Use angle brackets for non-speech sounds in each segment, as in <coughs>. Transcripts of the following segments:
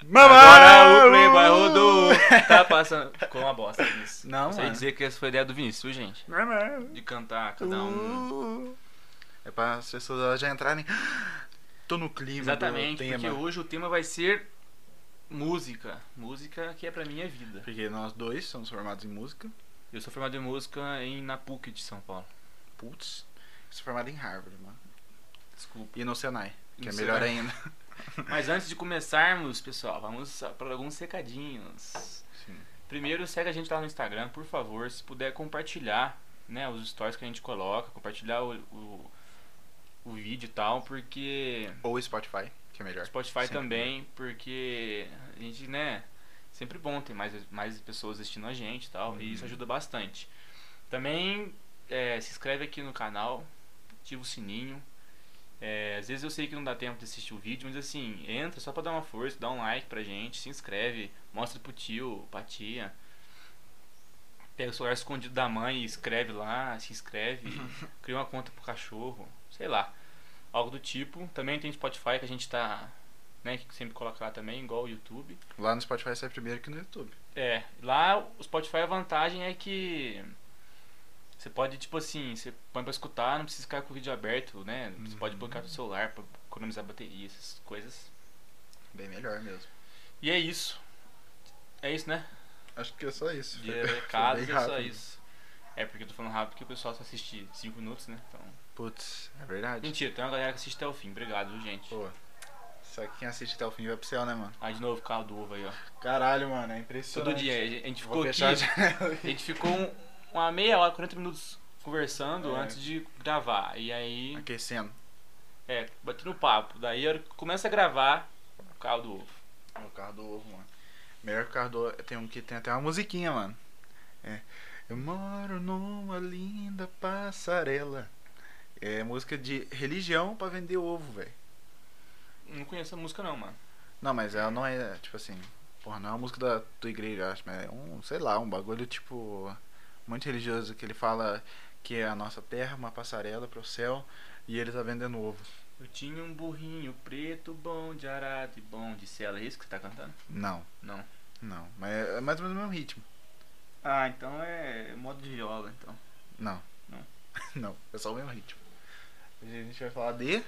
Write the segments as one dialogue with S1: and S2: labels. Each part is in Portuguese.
S1: Agora
S2: Mamá!
S1: o
S2: <laughs>
S1: Playboy Rodolfo tá passando. Ficou uma bosta isso.
S2: Não,
S1: Não sei
S2: mano.
S1: dizer que essa foi a ideia do Vinícius, viu, gente?
S2: Mamá!
S1: De cantar cada
S2: Uh,
S1: um.
S2: É pra as pessoas elas já entrarem. Tô no clima do
S1: Exatamente,
S2: tema.
S1: porque hoje o tema vai ser música. Música que é pra minha vida.
S2: Porque nós dois somos formados em música.
S1: Eu sou formado em música em na PUC de São Paulo.
S2: Putz, sou formado em Harvard, mano.
S1: Desculpa.
S2: E no Senai, que
S1: No
S2: é melhor
S1: Senai.
S2: ainda.
S1: Mas antes de começarmos, pessoal, vamos para alguns recadinhos.
S2: Sim.
S1: Primeiro, segue a gente lá no Instagram, por favor, se puder compartilhar né, os stories que a gente coloca, compartilhar o, o, o vídeo e tal, porque
S2: Ou Spotify, que é melhor.
S1: Spotify
S2: Sempre
S1: também, porque a gente, né, sempre bom ter mais, mais pessoas assistindo a gente e tal, e isso
S2: Uhum.
S1: ajuda bastante. Também é, se inscreve aqui no canal, ativa o sininho. É, às vezes eu sei que não dá tempo de assistir o vídeo, mas assim, entra só pra dar uma força, dá um like pra gente, se inscreve, mostra pro tio, pra tia. Pega o celular escondido da mãe e escreve lá,
S2: <laughs>
S1: se inscreve, cria uma conta pro cachorro, sei lá algo do tipo. Também tem Spotify que a gente tá, né, que sempre coloca lá também, igual o YouTube.
S2: Lá no Spotify sai primeiro que no YouTube.
S1: É, lá o Spotify a vantagem é que você pode, tipo assim, você põe pra escutar, não precisa ficar com o vídeo aberto, né? Você pode
S2: Uhum.
S1: bloquear pro celular pra economizar bateria, essas coisas.
S2: Bem melhor mesmo.
S1: E é isso. É isso, né?
S2: Acho que é só <laughs> isso.
S1: De
S2: Foi- foi
S1: recados é
S2: bem
S1: só
S2: rápido.
S1: isso. É porque eu tô falando rápido porque o pessoal só assiste 5 minutos, né? Então.
S2: Putz, é verdade.
S1: Mentira, tem uma galera que assiste até o fim. Obrigado, viu, gente?
S2: Pô, só que quem assiste até o fim vai pro céu, né, mano?
S1: Ah, de novo, carro do ovo aí, ó.
S2: Caralho, mano, é
S1: Todo
S2: impressionante.
S1: dia. A gente ficou
S2: Vou
S1: aqui.
S2: fechar a janela.
S1: A gente ficou um- uma meia hora, 40 minutos conversando
S2: É.
S1: antes de gravar. E aí,
S2: Aquecendo.
S1: é, batendo papo. Daí a hora que começa a gravar, o carro do ovo.
S2: É o carro do ovo, mano. Melhor que o carro do ovo. Tem um que tem até uma musiquinha, mano. É. Eu moro numa linda passarela. É música de religião pra vender ovo, velho.
S1: Não conheço a música não, mano.
S2: Não, mas ela não é, tipo assim. Porra, não é uma música da tua igreja, eu acho, mas é um, sei lá, um bagulho tipo. Muito religioso que ele fala que é a nossa terra, uma passarela pro céu e ele tá vendendo ovo.
S1: Eu tinha um burrinho preto, bom de arado e bom de cela. É isso que você tá cantando?
S2: Não,
S1: Não.
S2: não. Mas é mais ou menos o mesmo ritmo. <laughs>
S1: Ah, então é modo de viola, então.
S2: Não.
S1: Não.
S2: não, é só o mesmo ritmo. Hoje a gente vai falar de.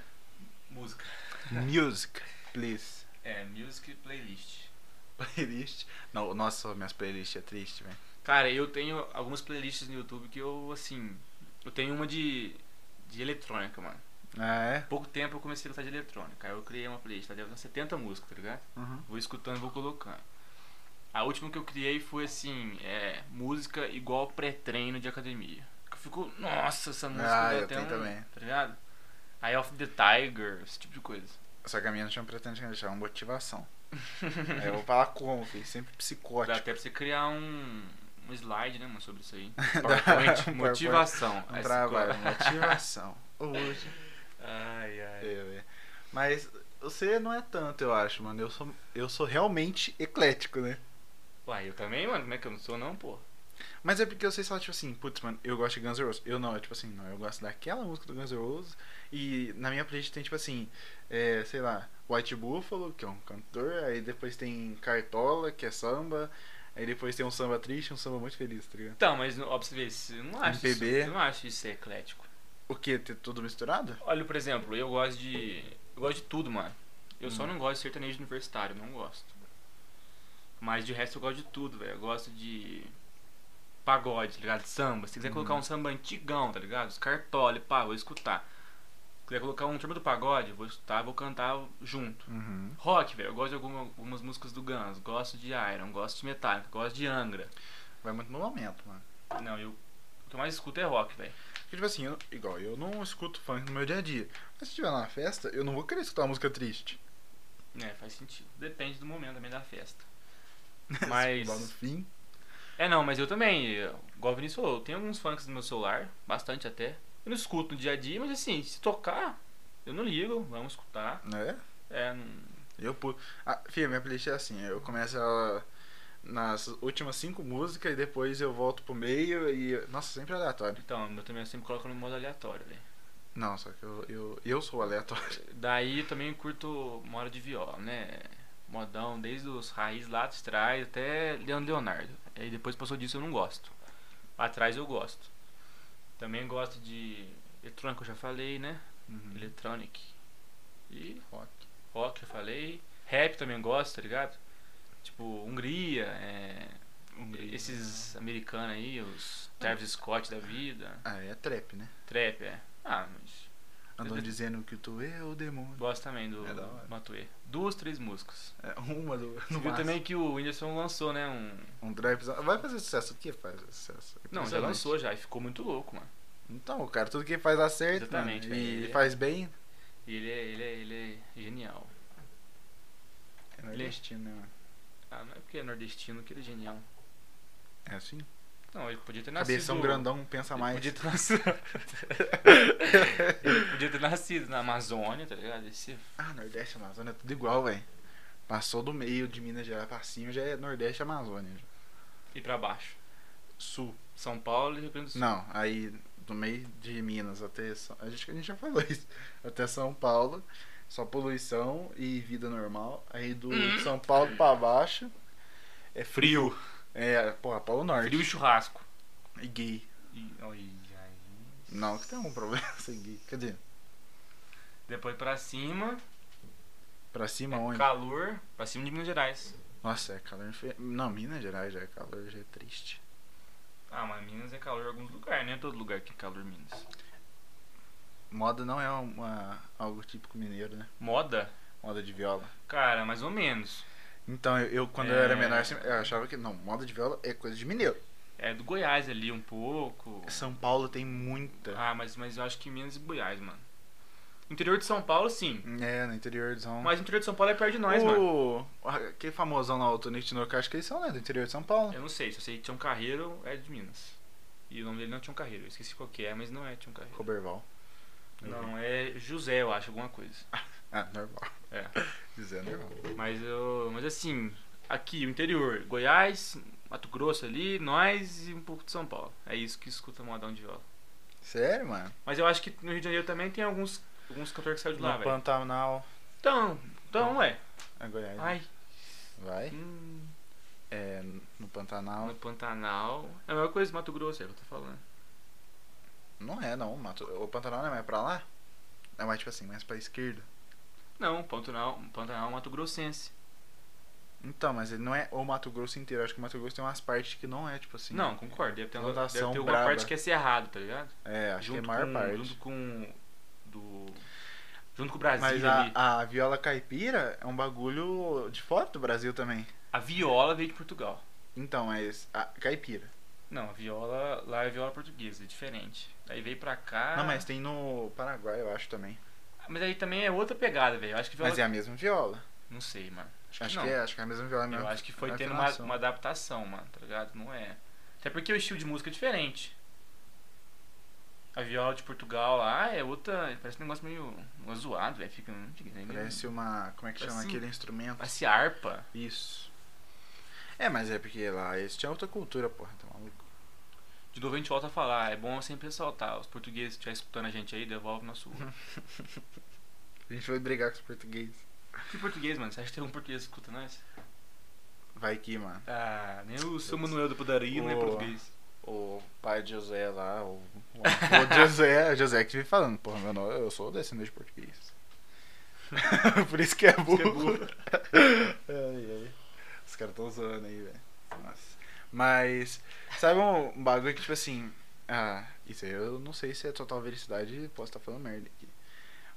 S1: Música.
S2: Music, please.
S1: É, music playlist.
S2: Playlist. Não, nossa, minhas playlists é triste, velho.
S1: Cara, eu tenho algumas playlists no YouTube que eu, assim... Eu tenho uma de, de eletrônica, mano.
S2: Ah, é?
S1: pouco tempo eu comecei a gostar de eletrônica. Aí eu criei uma playlist, tá? deve ter umas 70 músicas, tá ligado?
S2: Uhum.
S1: Vou escutando e vou colocando. A última que eu criei foi assim, é, música igual pré-treino de academia. Que eu fico, nossa, essa música
S2: Ah,
S1: dá
S2: eu
S1: até
S2: tenho
S1: um,
S2: também.
S1: tá ligado? Eye of the Tiger, esse tipo de coisa.
S2: Só que a minha não chama pretende deixar, é uma <laughs> motivação. Aí eu vou falar como, filho. Sempre
S1: Dá
S2: psicótico.
S1: até pra você criar um, um slide, né, mano, sobre
S2: <laughs>
S1: isso aí.
S2: Dá-
S1: PowerPoint,
S2: PowerPoint.
S1: motivação.
S2: Um
S1: Essa
S2: trabalho,
S1: coisa.
S2: motivação. <laughs> Hoje.
S1: Ai,
S2: É,
S1: ai.
S2: velho. Mas você não é tanto, eu acho, mano. Eu sou, eu sou realmente eclético, né?
S1: Uai, eu também, mano, como é que eu não sou não, pô?
S2: Mas é porque vocês falam, tipo assim, putz, mano, eu gosto de Guns N' Roses. Eu não, é tipo assim, não, eu gosto daquela música do Guns N' Roses. E na minha playlist tem, tipo assim, é, sei lá, White Buffalo, que é um cantor. Aí depois tem Cartola, que é samba. Aí depois tem um samba triste, um samba muito feliz, tá ligado?
S1: Então, mas ó, pra você ver, eu não acho
S2: MPB.
S1: isso, eu não acho isso eclético.
S2: O que? Ter tudo misturado?
S1: Olha, por exemplo, eu gosto de. Eu gosto de tudo, mano. Eu só não gosto de sertanejo universitário, não gosto. Mas de resto eu gosto de tudo, velho. Eu gosto de. Pagode, tá ligado? Samba. Se quiser colocar um samba antigão, tá ligado? Os cartole, pá, vou escutar. Se quiser colocar um turma do pagode, vou escutar, vou cantar junto.
S2: Uhum.
S1: Rock, velho. Eu gosto de alguma- algumas músicas do Guns. Gosto de Iron, gosto de Metallica, gosto de Angra.
S2: Vai muito no momento, mano.
S1: Não, eu. O que eu mais escuto é rock, velho.
S2: Porque, tipo assim, eu- igual, eu não escuto funk no meu dia a dia. Mas se tiver numa festa, eu não vou querer escutar uma música triste.
S1: É, faz sentido. Depende do momento também da festa.
S2: Se
S1: <laughs> Mas-
S2: lá no fim.
S1: É, não, mas eu também, eu- igual o Vinícius falou, eu tenho alguns funks no meu celular, bastante até. Eu não escuto no dia a dia, mas assim, se tocar, eu não ligo, vamos escutar.
S2: Né?
S1: É, não-
S2: Eu pulo. Ah, filho, minha playlist é assim, eu começo ela nas últimas cinco músicas e depois eu volto pro meio e. Nossa, sempre aleatório.
S1: Então, eu também sempre coloco no modo aleatório, velho.
S2: Não, só que eu, eu, eu sou
S1: <laughs>
S2: aleatório.
S1: Daí também curto moda de viola, né? Modão, desde os raiz lá de trás até Leandro Leonardo. Aí depois passou disso eu não gosto. Pra trás eu gosto. Também gosto de eletrônico, eu já falei, né?
S2: Uhum.
S1: Electronic. E
S2: Rock.
S1: rock, eu falei. Rap também gosto, tá ligado? Tipo, Hungria, é,
S2: Hungria.
S1: esses americanos aí, os Travis Scott da vida.
S2: Ah, é trap, né?
S1: Trap, é. Ah, mas
S2: Andam
S1: Eu-
S2: dizendo que tu é o demônio.
S1: gosto também do
S2: É da hora.
S1: Matuê. Duas, três músicas.
S2: É uma do.
S1: Você
S2: no
S1: viu
S2: máximo.
S1: também que o Whindersson lançou, né? Um...
S2: Um trap. Vai fazer sucesso. O que faz sucesso?
S1: Não, já
S2: Impressionante.
S1: lançou já e ficou muito louco, mano.
S2: Então, cara, tudo que faz acerta.
S1: Exatamente,
S2: mano,
S1: velho.
S2: E
S1: Ele- é
S2: faz bem.
S1: E ele é, ele é, ele é genial.
S2: É
S1: Ele-
S2: nordestino, né? mano?
S1: Ah, não é porque é nordestino que ele é genial.
S2: É assim?
S1: Não, ele podia ter nascido.
S2: Cabeção grandão, pensa
S1: Ele
S2: mais. <laughs>
S1: Podia ter <laughs> nascido. <laughs> Ele podia ter nascido na Amazônia, tá ligado? Esse...
S2: Ah, Nordeste e Amazônia é tudo igual, velho. Passou do meio de Minas Gerais pra cima, já é Nordeste e Amazônia. já.
S1: E pra baixo.
S2: Sul.
S1: São Paulo e Rio Grande do Sul.
S2: Não, aí do meio de Minas até. São- A gente, a gente já falou <laughs> isso. Até São Paulo, só poluição e vida normal. Aí do de São Paulo pra baixo é frio. É, porra, Polo Norte.
S1: Frio e churrasco.
S2: E gay.
S1: E... Olha aí.
S2: Não, que tem algum problema <laughs> ser gay. Cadê?
S1: Depois pra cima,
S2: Pra cima onde?
S1: É calor. Pra cima de Minas Gerais.
S2: Nossa, é calor. infe- Não, Minas Gerais já é calor, já é triste.
S1: Ah, mas Minas é calor em alguns lugares, né? Todo lugar que é calor Minas.
S2: Moda não é uma, algo típico mineiro, né?
S1: Moda?
S2: Moda de viola.
S1: Cara, mais ou menos.
S2: Então, eu, eu, quando eu era
S1: É.
S2: menor, assim, eu achava que. Não, moda de viola é coisa de mineiro.
S1: É do Goiás ali um pouco.
S2: São Paulo tem muita.
S1: Ah, mas, mas eu acho que Minas e Goiás, mano. Interior de São Paulo, sim.
S2: É, no interior de São
S1: Mas o interior de São Paulo é perto de nós, mano.
S2: o... Aquele famosão lá, o Tonico Tinoco, acho que eles são, né? Do interior de São Paulo.
S1: Eu não sei, só sei que Tião Carreiro é de Minas. E o nome dele não é Tião Carreiro, eu esqueci qual que é, mas não é Tião Carreiro.
S2: Coberval.
S1: Não, é José, eu acho, alguma coisa.
S2: Ah, normal.
S1: É.
S2: <laughs> Dizer normal.
S1: Mas eu. Mas assim, aqui, o interior, Goiás, Mato Grosso ali, nós e um pouco de São Paulo. É isso que escuta modão de viola.
S2: Sério, mano?
S1: Mas eu acho que no Rio de Janeiro também tem alguns, alguns cantores que saíram de lá,
S2: No
S1: velho.
S2: Pantanal.
S1: Então, então, ué.
S2: É Goiás. né?
S1: Ai.
S2: Vai.
S1: Hum,
S2: É, no Pantanal.
S1: no Pantanal. É a mesma coisa do Mato Grosso, é o que eu tô falando.
S2: Não é, não. Mato... O Pantanal não é mais pra lá? É mais, tipo assim, mais pra esquerda.
S1: Não, Pantanal, Pantanal é Mato Grossense.
S2: Então, mas ele não é o Mato Grosso inteiro. Acho que o Mato Grosso tem umas partes que não é, tipo assim.
S1: Não, concordo. Deve ter, uma- deve ter
S2: Plantação
S1: alguma
S2: braba.
S1: parte que é cerrado, tá ligado?
S2: É, acho
S1: junto
S2: que é a maior
S1: com,
S2: parte.
S1: Junto com. Do. Junto com o Brasil
S2: Mas
S1: ali. A...
S2: a, a viola caipira é um bagulho de fora do Brasil também.
S1: viola veio de Portugal.
S2: Então, mas a caipira.
S1: Não, a viola. Lá é viola portuguesa, é diferente. Aí veio pra cá.
S2: Não, mas tem no Paraguai, eu acho também.
S1: Mas aí também é outra pegada, velho. Eu acho que viola.
S2: Mas é a mesma viola.
S1: Não sei, mano. Acho
S2: Acho,
S1: que não.
S2: que é, acho que é a mesma viola mesmo.
S1: Eu acho que foi
S2: É
S1: tendo uma,
S2: afinação.
S1: uma adaptação, mano, tá ligado? Não é. Até porque o estilo de música é diferente. A viola de Portugal lá é outra. Parece um negócio meio, meio zoado, velho. Fica.
S2: Parece uma. Como é que chama
S1: Assim.
S2: aquele instrumento?
S1: Parece um harpa.
S2: Isso. É, mas é porque lá eles tinham outra cultura, porra, tá maluco?
S1: De novo a gente volta a falar. É bom sempre ressaltar. Os portugueses que estiver escutando a gente aí, devolve <laughs> nosso.
S2: A gente vai brigar com os portugueses.
S1: que português, mano? Você acha que tem um português que escuta nós?
S2: Vai que, mano.
S1: Ah, nem o seu Manuel do Podaria não é
S2: Boa.
S1: português.
S2: O pai de José lá, o, o avô de José, <laughs> José que vem falando, porra, meu nome, eu sou descendente de português. <laughs> Por isso que é burro.
S1: que é burro.
S2: <laughs> ai, ai. Os caras tão zoando aí, velho. Nossa. Mas, sabe um um bagulho que, tipo assim, ah, isso aí eu não sei se é total veracidade, posso estar falando merda aqui.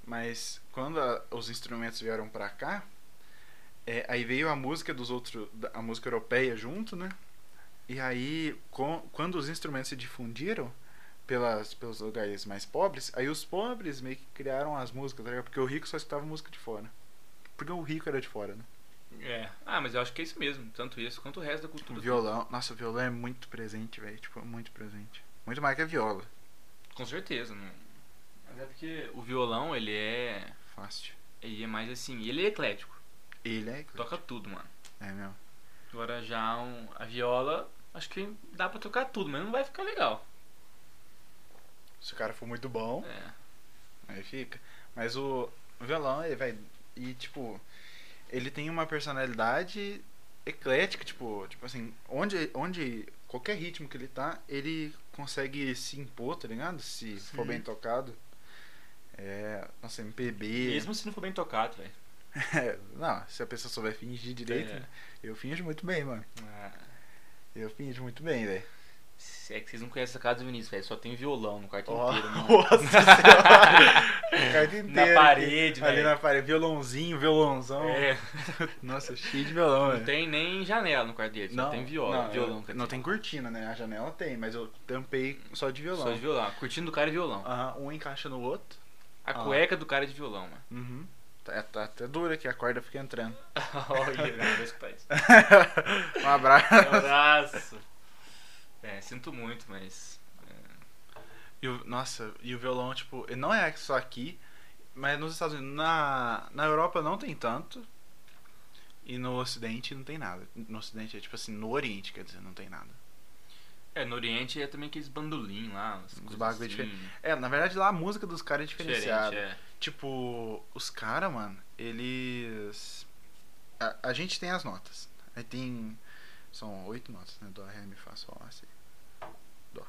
S2: Mas quando a- os instrumentos vieram pra cá, é, aí veio a música dos outros, da- a música europeia junto, né? E aí, com, quando os instrumentos se difundiram pelas, pelos lugares mais pobres, aí os pobres meio que criaram as músicas, tá ligado? Porque o rico só escutava música de fora. Porque o rico era de fora, né?
S1: É. Ah, mas eu acho que é isso mesmo. Tanto isso quanto o resto da
S2: O
S1: cultura.
S2: violão, nossa, o violão é muito presente, velho. Tipo, muito presente. Muito mais que a viola.
S1: Com certeza. Não... Mas é porque o violão, ele é.
S2: Fácil.
S1: Ele é mais assim, ele é eclético,
S2: Ele é.
S1: toca tudo, mano.
S2: É mesmo.
S1: Agora já um, a viola, acho que dá pra tocar tudo, mas não vai ficar legal.
S2: Se o cara for muito bom,
S1: É.
S2: aí fica. Mas o violão, ele vai. E tipo, ele tem uma personalidade eclética, tipo, tipo assim, onde, onde qualquer ritmo que ele tá, ele consegue se impor, tá ligado? Se for
S1: Sim.
S2: bem tocado. É. Nossa, MPB.
S1: Mesmo se não for bem tocado, velho.
S2: É, né? <laughs> não, se a pessoa souber fingir direito, né?
S1: É.
S2: eu finjo muito bem, mano.
S1: Ah,
S2: Eu finjo muito bem, velho.
S1: se é que vocês não conhecem a casa do Vinícius, velho. Só tem violão no quarto
S2: Ó,
S1: inteiro, mano.
S2: <laughs> Nossa senhora! <laughs> O quarto
S1: <laughs> Na
S2: inteiro
S1: parede,
S2: aqui, Ali
S1: velho.
S2: na parede, violãozinho, violãozão.
S1: É,
S2: Nossa, cheio de violão,
S1: não
S2: velho.
S1: tem nem janela no quarto dele, só tem viola,
S2: não,
S1: violão.
S2: eu-
S1: quer
S2: Não
S1: dizer.
S2: tem cortina, né? A janela tem, mas eu tampei só de violão.
S1: Só de violão. Curtindo do cara é violão.
S2: Aham, um encaixa no outro.
S1: A
S2: Ah.
S1: cueca do cara é de
S2: <laughs>
S1: violão, mano.
S2: Uhum. Tá, tá até dura que a corda fica <laughs> entrando.
S1: Olha, não vou escutar isso.
S2: um abraço.
S1: Um abraço. É, sinto muito, mas.
S2: E o- nossa, e o violão, tipo, ele não é só aqui, mas nos Estados Unidos. Na, na Europa não tem tanto. E no Ocidente não tem nada. No Ocidente é tipo assim, no Oriente, quer dizer, não tem nada.
S1: É, no Oriente é também aqueles bandolim lá, umas coisas
S2: bagulho
S1: assim.
S2: diferente. É, na verdade lá a música dos caras é diferenciada.
S1: Diferente, é.
S2: Tipo, os caras, mano, eles. A, a gente tem as notas. Aí tem. São oito notas, né? Dó, Ré, Mi, Fá, Sol, Lá, Si. Dó.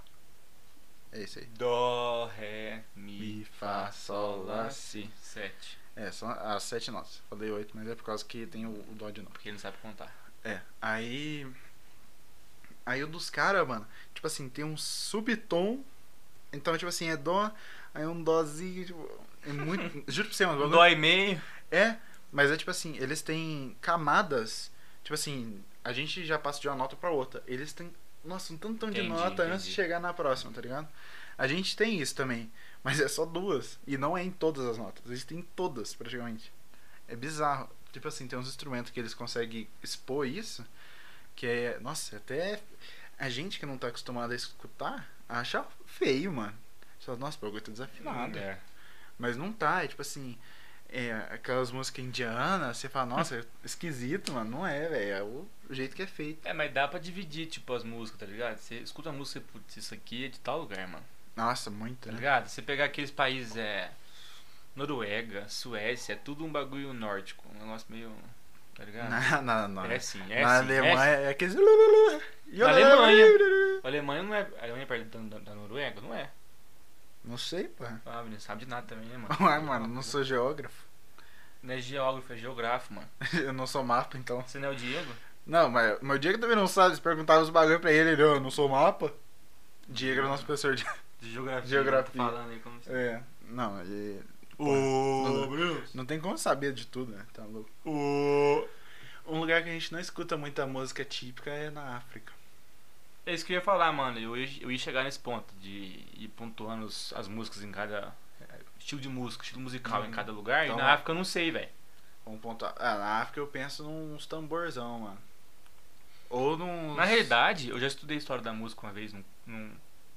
S2: É isso aí.
S1: Dó, Ré, Mi,
S2: Mi, Fá, Sol, Lá, Si.
S1: Si. Sete.
S2: É, são as sete notas. Falei oito, mas é por causa que tem o, o dó de novo.
S1: Porque ele não sabe contar.
S2: É, aí. Aí o dos caras, mano, tipo assim, tem um subtom. Então, tipo assim, é dó, aí um dózinho, tipo. É <laughs> muito. juro pra você, mano. o bagulho-
S1: Dó e meio.
S2: É, mas é tipo assim, eles têm camadas. Tipo assim, a gente já passa de uma nota pra outra. Eles têm. Nossa, um tantão de
S1: Entendi,
S2: nota antes de
S1: entendi.
S2: chegar na próxima, tá ligado? A gente tem isso também, mas é só duas. E não é em todas as notas. Eles têm em todas, praticamente. É bizarro. Tipo assim, tem uns instrumentos que eles conseguem expor isso. Que é. Nossa, até a gente que não tá acostumado a escutar acha feio, mano. Só, nossa, o bagulho tá desafinado.
S1: É.
S2: Mas não tá, é tipo assim. É, aquelas músicas indianas, você fala, nossa, é esquisito, mano. Não é, velho. É o jeito que é feito.
S1: É, mas dá pra dividir, tipo, as músicas, tá ligado? Você escuta a música, putz, isso aqui é de tal lugar, mano.
S2: Nossa, muito,
S1: Tá
S2: né?
S1: ligado? Você pegar aqueles países, é. Noruega, Suécia, é tudo um bagulho nórdico. Um negócio meio. Tá ligado?
S2: Na, na, na,
S1: É assim, é
S2: na
S1: assim.
S2: Alemanha é aqueles.
S1: Na Alemanha. A Alemanha não é. A Alemanha é perto da, da Noruega? Não é.
S2: Não sei, <laughs> pá.
S1: Ah, menino, sabe de nada também, né, mano?
S2: Ah, mano, não sou geógrafo. <laughs>
S1: Não é geógrafo, é geógrafo, mano.
S2: Eu não sou mapa, então.
S1: Você não é o Diego?
S2: Não, mas meu Diego também não sabe. Se perguntaram os bagulho pra ele, ele, eu não sou mapa. Diego era o nosso professor de. <laughs>
S1: De geografia.
S2: Geografia.
S1: tá falando aí como você.
S2: É, não, ele.
S1: Ô, Bruno.
S2: Não tem como saber de tudo, né? Tá louco. Um lugar que a gente não escuta muita música típica é na África.
S1: É isso que eu ia falar, mano. Eu ia, eu ia chegar nesse ponto de ir pontuando os- as músicas em cada. eh, Estilo de música, estilo musical
S2: Uhum.
S1: em cada lugar.
S2: Então,
S1: e na África eu não sei, velho.
S2: Vamos pontuar. Ah, na África eu penso nos tamborzão, mano. Ou num.
S1: Na realidade, eu já estudei história da música uma vez num, num,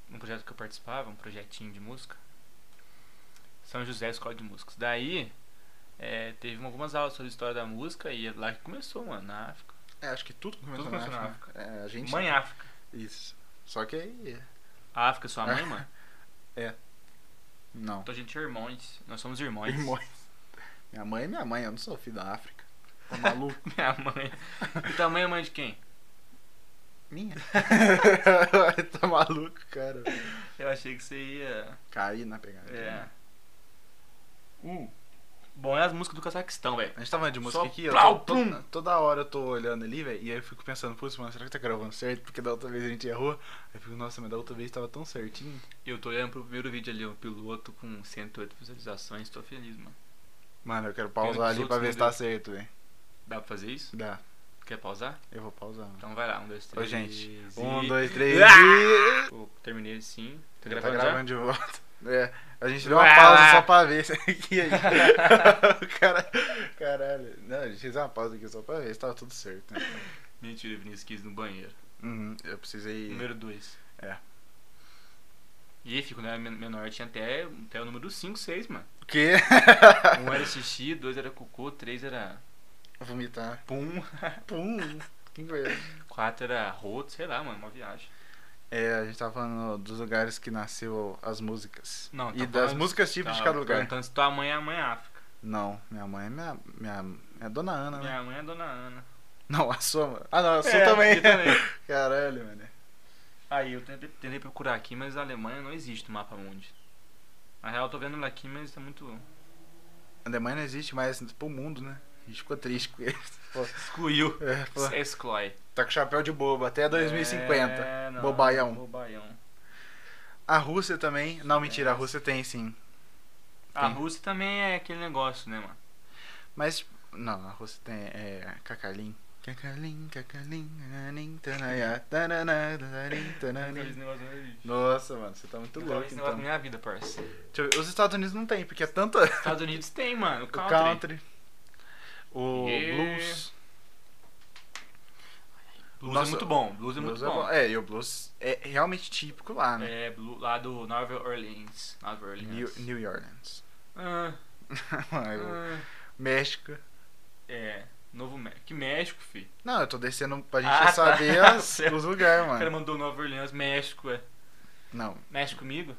S1: num projeto que eu participava, um projetinho de música. São José Escola de Músicos. Daí, eh, teve algumas aulas sobre história da música e é lá que começou, mano, na África.
S2: É, acho que tudo começou,
S1: Tudo começou
S2: na
S1: na
S2: África. É, a gente.
S1: Mãe África.
S2: Isso. Só que aí.
S1: A África é sua <laughs> mãe, mano?
S2: Não.
S1: Então a gente é irmãos. Nós somos irmãos.
S2: Irmãos. Minha mãe é minha mãe, eu não sou filho da África. Tá maluco?
S1: <laughs> Minha mãe. Então a mãe é mãe de quem?
S2: <laughs> minha? <laughs> tá maluco, cara.
S1: Eu achei que você ia.
S2: Caí na pegada.
S1: É.
S2: Uh,
S1: Bom, é as músicas do Cazaquistão, velho.
S2: a gente tava falando de música
S1: Só
S2: aqui, ó.
S1: plau,
S2: tô- tô-
S1: plum.
S2: toda hora eu tô olhando ali, velho, e aí eu fico pensando, putz, mano, será que tá gravando certo? Porque da outra vez a gente errou. Aí eu fico, nossa, mas da outra vez tava tão certinho.
S1: Eu tô olhando pro primeiro vídeo ali, o piloto com 108 visualizações, tô feliz, mano.
S2: Mano, eu quero
S1: Pena
S2: pausar
S1: que os
S2: ali pra
S1: outros
S2: ver
S1: não
S2: se tá certo, velho.
S1: Dá pra fazer isso?
S2: Dá,
S1: Quer pausar?
S2: eu vou pausar. Mano.
S1: Então vai lá, um, dois,
S2: Ô,
S1: três.
S2: gente.
S1: e-
S2: Um, dois, três e...
S1: Pô, Terminei sim. Tá
S2: Tá
S1: gravando,
S2: gravando de
S1: já? Ah!
S2: volta. É, a gente deu uma
S1: Vai
S2: pausa
S1: lá.
S2: só pra ver isso aqui. aí. <laughs> o cara... Caralho. Não, a gente fez uma pausa aqui só pra ver se tava tudo certo. Né?
S1: Mentira, Vinícius quis ir no banheiro.
S2: Uhum, eu precisei...
S1: Número 2.
S2: É.
S1: E aí, fico, né? men- Menor tinha até, até o número 5,
S2: <laughs>
S1: 6, mano.
S2: O quê?
S1: Um era xixi, dois era cocô, três era
S2: Vomitar.
S1: pum. <laughs>
S2: Pum. Que inveja.
S1: Quatro era roto, sei lá, mano, uma viagem.
S2: É, a gente tava falando dos lugares que nasceu as músicas.
S1: Não,
S2: E
S1: tá
S2: das
S1: falando-
S2: músicas típicas Tipo de cada lugar.
S1: Perguntando se tua mãe é a mãe África.
S2: Não, minha mãe é minha. Minha, minha dona Ana, né?
S1: Minha mãe é a dona Ana.
S2: Não, a sua. mano. Ah, não, a sua
S1: É,
S2: também.
S1: aqui também.
S2: <laughs> Caralho, mano.
S1: Aí eu tentei, tentei procurar aqui, mas a Alemanha não existe no mapa mundi. Na real, eu tô vendo ela aqui, mas tá muito
S2: A Alemanha não existe mais pro mundo, né? A gente ficou triste com eles. Pô,
S1: excluiu.
S2: <laughs> é, pô,
S1: Exclui.
S2: tá com chapéu de bobo até 2050.
S1: É, não,
S2: Bobaião.
S1: Bobaião.
S2: A Rússia também. Não, mentira, a
S1: É.
S2: Rússia tem sim.
S1: A
S2: Tem.
S1: Rússia também é aquele negócio, né, mano?
S2: Mas. Não, a Rússia tem. É. Cacalim. Cacalim, cacalim, cacalim, tanaiá, tananá, tanarim, tanarim.
S1: Esse negócio não existe.
S2: Nossa, mano, você tá muito
S1: Eu
S2: né? louco
S1: esse negócio na
S2: então.
S1: minha vida, parça.
S2: Deixa eu ver, Os Estados Unidos não tem, porque é tanto. <laughs>
S1: Estados Unidos tem, mano. O
S2: O
S1: country.
S2: country. O
S1: Yeah.
S2: blues.
S1: Blues
S2: Nossa,
S1: é muito bom. Blues é muito
S2: blues
S1: bom.
S2: É, e o blues é realmente típico lá, né?
S1: É, blu- lá do Nova Orleans. Nova
S2: New,
S1: Orleans.
S2: New Orleans. <laughs>
S1: Ah,
S2: Mano,
S1: ah,
S2: México.
S1: é, Novo México. Que México, fi.
S2: Não, eu tô descendo pra gente
S1: Ah, tá. <laughs>
S2: saber as- os lugares,
S1: O cara
S2: mano.
S1: mandou Nova Orleans, México, é.
S2: Não.
S1: Mexe comigo?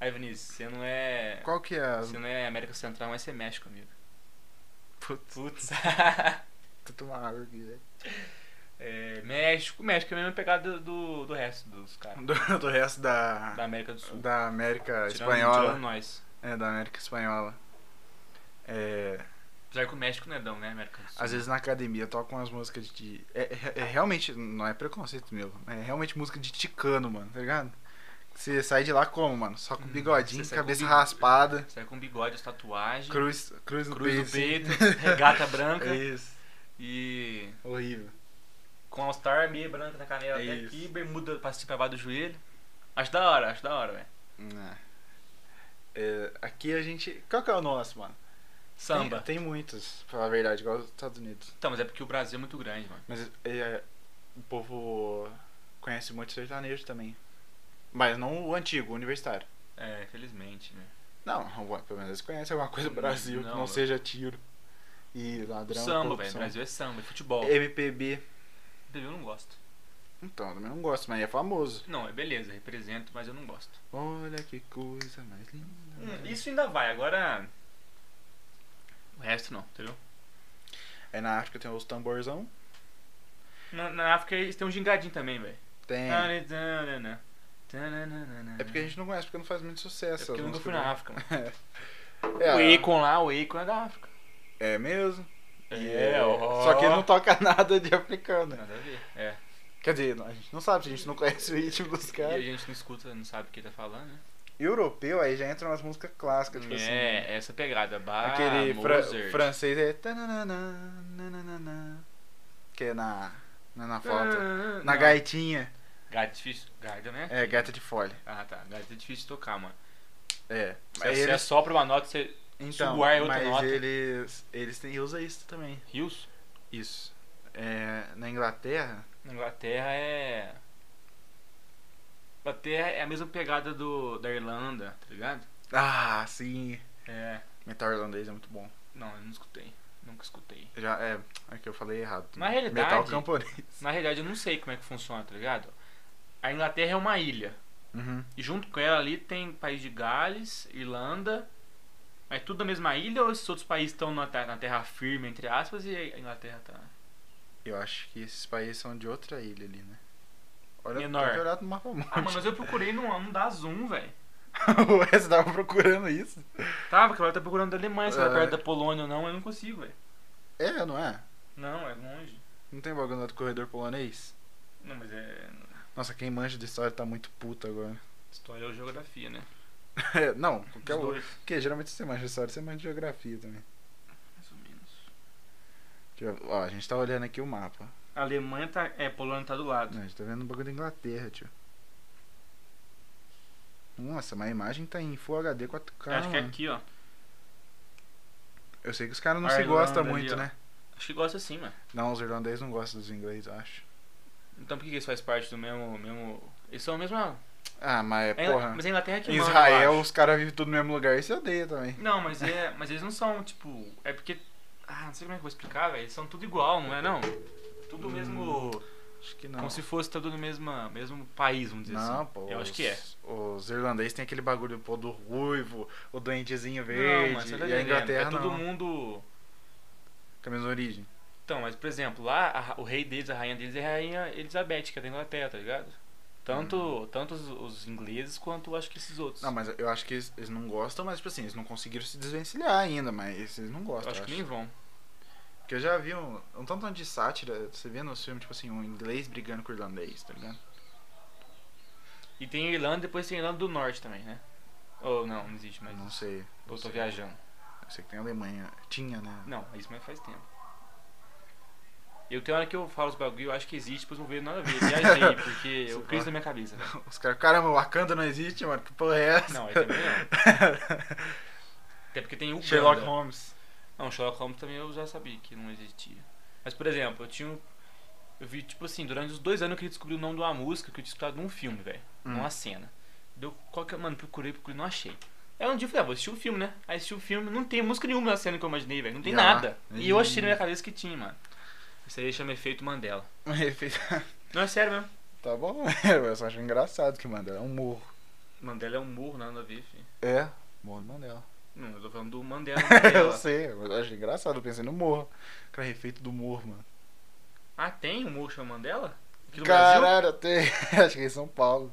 S1: Aí, Vinícius, você não é.
S2: Qual que é a.
S1: Você não é América Central, mas você mexe comigo.
S2: Putz,
S1: Putz. <laughs>
S2: tô tomando água aqui, né? velho.
S1: é, México, México é a mesma pegada do, do resto dos caras.
S2: Do, do resto da.
S1: Ah. Da América do Sul.
S2: da América
S1: Tirando-
S2: Espanhola.
S1: Tirando nós.
S2: É, da América Espanhola. É.
S1: Apesar que o México não é dão, né? América do Sul.
S2: Às vezes na academia tocam umas músicas de. É, é- é realmente. Não é preconceito meu. É realmente música de ticano, mano, tá ligado? Você sai de lá como, mano? Só com
S1: Hum,
S2: bigodinho,
S1: você sai com
S2: cabeça
S1: bi-
S2: raspada,
S1: Sai com um bigode, as tatuagens, cruz,
S2: cruz, cruz no
S1: no
S2: peito.
S1: peito,
S2: <laughs>
S1: regata branca
S2: É isso.
S1: e
S2: Horrível.
S1: com All-Star meia branca na canela
S2: É
S1: até
S2: isso.
S1: aqui, bermuda pra cima e pra baixo do joelho. Acho da hora, acho da hora, velho.
S2: É. É, aqui a gente. Qual que é o nosso, mano?
S1: Samba.
S2: Tem, tem muitos, pra falar a verdade, igual os Estados Unidos.
S1: Então, mas é porque o Brasil é muito grande, mano.
S2: Mas é, o povo conhece muito sertanejo também. Mas não o antigo, o universitário.
S1: É, infelizmente, né?
S2: Não, ué, pelo menos eles conhecem alguma coisa do Brasil que
S1: Não,
S2: não
S1: eu-
S2: seja tiro e ladrão.
S1: samba, velho.
S2: corrupção.
S1: Brasil é samba, é futebol.
S2: MPB.
S1: MPB eu não gosto.
S2: Então, eu também não gosto, mas é famoso.
S1: Não, é beleza, represento, mas eu não gosto.
S2: Olha que coisa mais linda.
S1: Hum,
S2: né?
S1: isso ainda vai, agora. O resto não, entendeu?
S2: É na África tem os tamborzão.
S1: Na, na África eles têm um gingadinho também, velho.
S2: Tem.
S1: Ah, né?
S2: É
S1: É
S2: porque a gente não conhece, porque não faz muito sucesso.
S1: É porque eu
S2: as
S1: nunca fui
S2: músicas,
S1: na África, mano.
S2: né?
S1: O
S2: É,
S1: Akon lá, o Akon é da África.
S2: é mesmo. E
S1: É, ó.
S2: Só que ele não toca <laughs> nada de africano. né?
S1: Nada a ver. É.
S2: Quer dizer, não- a gente não sabe, a gente não conhece o ritmo dos
S1: E a
S2: caras.
S1: gente não escuta, não sabe o que ele tá falando, né?
S2: Europeu, aí já entram as músicas clássicas, tipo assim.
S1: é, essa pegada. Bach,
S2: Aquele fra-
S1: Ah, Mozart.
S2: francês é. tananana, nananana, Que é na, na, na foto.
S1: Ah,
S2: Na
S1: não.
S2: gaitinha.
S1: Gaita é difícil. Gaita, né?
S2: É, gaita de folha.
S1: Ah, tá. Gaita é difícil de tocar, mano.
S2: É.
S1: Você,
S2: Mas
S1: você
S2: eles,
S1: assopra uma nota, você.
S2: então,
S1: é suar em outra
S2: mas
S1: nota.
S2: eles. Eles têm, usa isso também.
S1: Rios?
S2: Isso. É, na Inglaterra.
S1: Na Inglaterra é. Inglaterra é a mesma pegada do da Irlanda, tá ligado?
S2: Ah, sim.
S1: É.
S2: Metal irlandês é muito bom.
S1: Não, eu não escutei. Nunca escutei.
S2: Já, é, é que eu falei errado.
S1: Na realidade-
S2: Metal camponês. <laughs>
S1: Na realidade, eu não sei como é que funciona, tá ligado? A Inglaterra é uma ilha.
S2: Uhum.
S1: E junto com ela ali tem país de Gales, Irlanda. Mas tudo da mesma ilha ou esses outros países estão na, te- na terra firme, entre aspas, e a Inglaterra tá.
S2: Eu acho que esses países são de outra ilha ali, né? Olha,
S1: Menor.
S2: tem que olhar no mapa
S1: Ah, mano,
S2: morte.
S1: mas
S2: <laughs>
S1: eu procurei no ano da Zoom, velho.
S2: Ué, você tava procurando isso?
S1: Tava, que ela tá procurando da Alemanha, se ela é
S2: Ah.
S1: perto da Polônia ou não, eu não consigo, velho.
S2: É, não é?
S1: Não, é longe.
S2: Não tem bagulho lá do corredor polonês?
S1: Não, mas é.
S2: Nossa, quem manja de história tá muito puto agora. <laughs>
S1: História ou geografia, né?
S2: É, não, qualquer
S1: Os
S2: outro.
S1: dois,
S2: Porque geralmente você manja de história, você manja de geografia também.
S1: mais ou menos.
S2: Deixa eu- Ó, a gente tá olhando aqui o mapa.
S1: A Alemanha tá. É, Polônia tá do lado.
S2: Não, a gente tá vendo o bagulho da Inglaterra, tio. Nossa, mas a imagem tá em Full HD 4K.
S1: Acho que é
S2: mano.
S1: aqui, ó.
S2: Eu sei que os caras não
S1: A
S2: se
S1: Irlanda
S2: gostam
S1: ali,
S2: muito,
S1: ó.
S2: né?
S1: Acho que gosta assim, mano.
S2: Não, os irlandeses não gostam dos ingleses, eu acho.
S1: Então por que que eles fazem parte do mesmo. mesmo... Eles são a mesma.
S2: Ah, mas
S1: É,
S2: porra.
S1: mas a Inglaterra é que
S2: Em
S1: manda, eu
S2: Israel
S1: acho.
S2: os caras vivem tudo no mesmo lugar e se odeia também.
S1: Não, mas é. Mas eles não são, tipo. É porque. Ah, não sei como é que eu vou explicar, velho. Eles são tudo igual, não é não? Tudo mesmo.
S2: Acho que Hum, não.
S1: Como se fosse tá tudo no mesmo, mesmo país, vamos dizer
S2: Não,
S1: assim.
S2: pô.
S1: Eu acho que é.
S2: os- Os irlandeses têm aquele bagulho, pô, do ruivo, o duendezinho verde.
S1: Não, mas você tá
S2: e a
S1: entendendo,
S2: Inglaterra
S1: É todo
S2: não.
S1: mundo.
S2: Com a mesma origem.
S1: Então, mas por exemplo, lá a ra- o rei deles, a rainha deles é a rainha Elizabeth, que é da Inglaterra, tá ligado? Tanto, tanto os, os ingleses quanto acho que esses outros.
S2: Hum. Não, mas eu acho que eles, eles não gostam, mas, tipo assim, eles não conseguiram se desvencilhar ainda, mas eles não
S1: eu
S2: gostam.
S1: acho
S2: eu
S1: que nem vão.
S2: Porque eu já vi um, um tanto de sátira, você vê nos filmes, tipo assim, um inglês brigando com o irlandês, tá ligado?
S1: E tem a Irlanda, depois tem a Irlanda do Norte também, né? Ou não, não existe mais.
S2: Não sei.
S1: Ou
S2: não
S1: tô
S2: sei.
S1: viajando.
S2: Eu sei que tem a Alemanha. Tinha, né? <laughs>
S1: Não, isso mas faz tempo. Eu tenho hora que eu falo os bagulho, eu acho que existe, depois não vejo nada a ver.
S2: <laughs>
S1: Viajei, porque eu
S2: Você fala.
S1: criso na minha cabeça.
S2: <laughs> Os caras, caramba, Wakanda não existe, mano. Que porra é essa? <laughs>
S1: Não, aí também não. Até porque tem o
S2: Sherlock Holmes. <laughs>
S1: Não, Sherlock Holmes também eu já sabia que não existia. Mas, por exemplo, eu tinha. um- Eu vi, tipo assim, durante os dois anos eu queria descobrir o nome de uma música que eu tinha escutado num filme, velho.
S2: Hum.
S1: Numa cena. Deu qualquer. Mano, procurei, procurei, não achei. Aí um dia eu falei, ah, vou assistir o filme, né? Aí assisti o filme, não tem música nenhuma na cena que eu imaginei, velho. Não tem
S2: Ah,
S1: nada. E eu
S2: ih.
S1: achei na minha cabeça que tinha, mano. Isso aí chama efeito Mandela. Não, é sério mesmo.
S2: tá bom, <laughs> eu só acho engraçado que manda. É um morro.
S1: Mandela é um morro, nada a ver, filho.
S2: É, morro do <laughs> Mandela.
S1: Não, eu tô falando do <laughs> Mandela. Mandela.
S2: eu sei, eu acho engraçado, eu pensei no morro. Cara, refeito do morro, mano.
S1: ah, tem um morro chama Mandela? Aqui no Brasil?
S2: Caralho, até. <laughs> acho que é em São Paulo.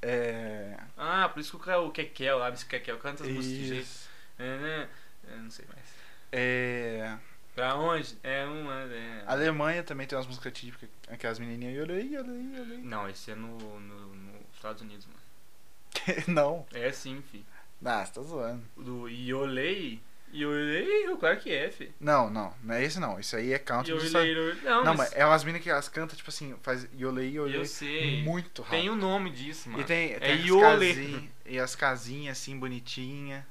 S2: É.
S1: Ah, por isso que o cara- o Kekel, lá, o Kekel canta essas músicas de jeito.
S2: Isso.
S1: É, né? Eu não sei mais.
S2: É.
S1: Pra onde? É uma. É...
S2: Alemanha também tem umas músicas típicas, aquelas menininhas. Olhei, olhei, olhei.
S1: Não, esse é no, no, no Estados Unidos, mano.
S2: <laughs> Não.
S1: É sim, fi.
S2: Ah, você tá zoando.
S1: O Do Yolei. Yolei, claro que é, fi.
S2: Não, não, não é esse não. Isso aí é country dos Estados
S1: Yolei, Yolei. Não,
S2: Não,
S1: mas.
S2: mas é umas minas que elas cantam, tipo assim, faz iolei,
S1: Eu
S2: iolei
S1: sei.
S2: muito rápido.
S1: Tem o nome disso, mano.
S2: E tem,
S1: É
S2: tem as
S1: iolê.
S2: casinhas, e as casinhas assim, bonitinha.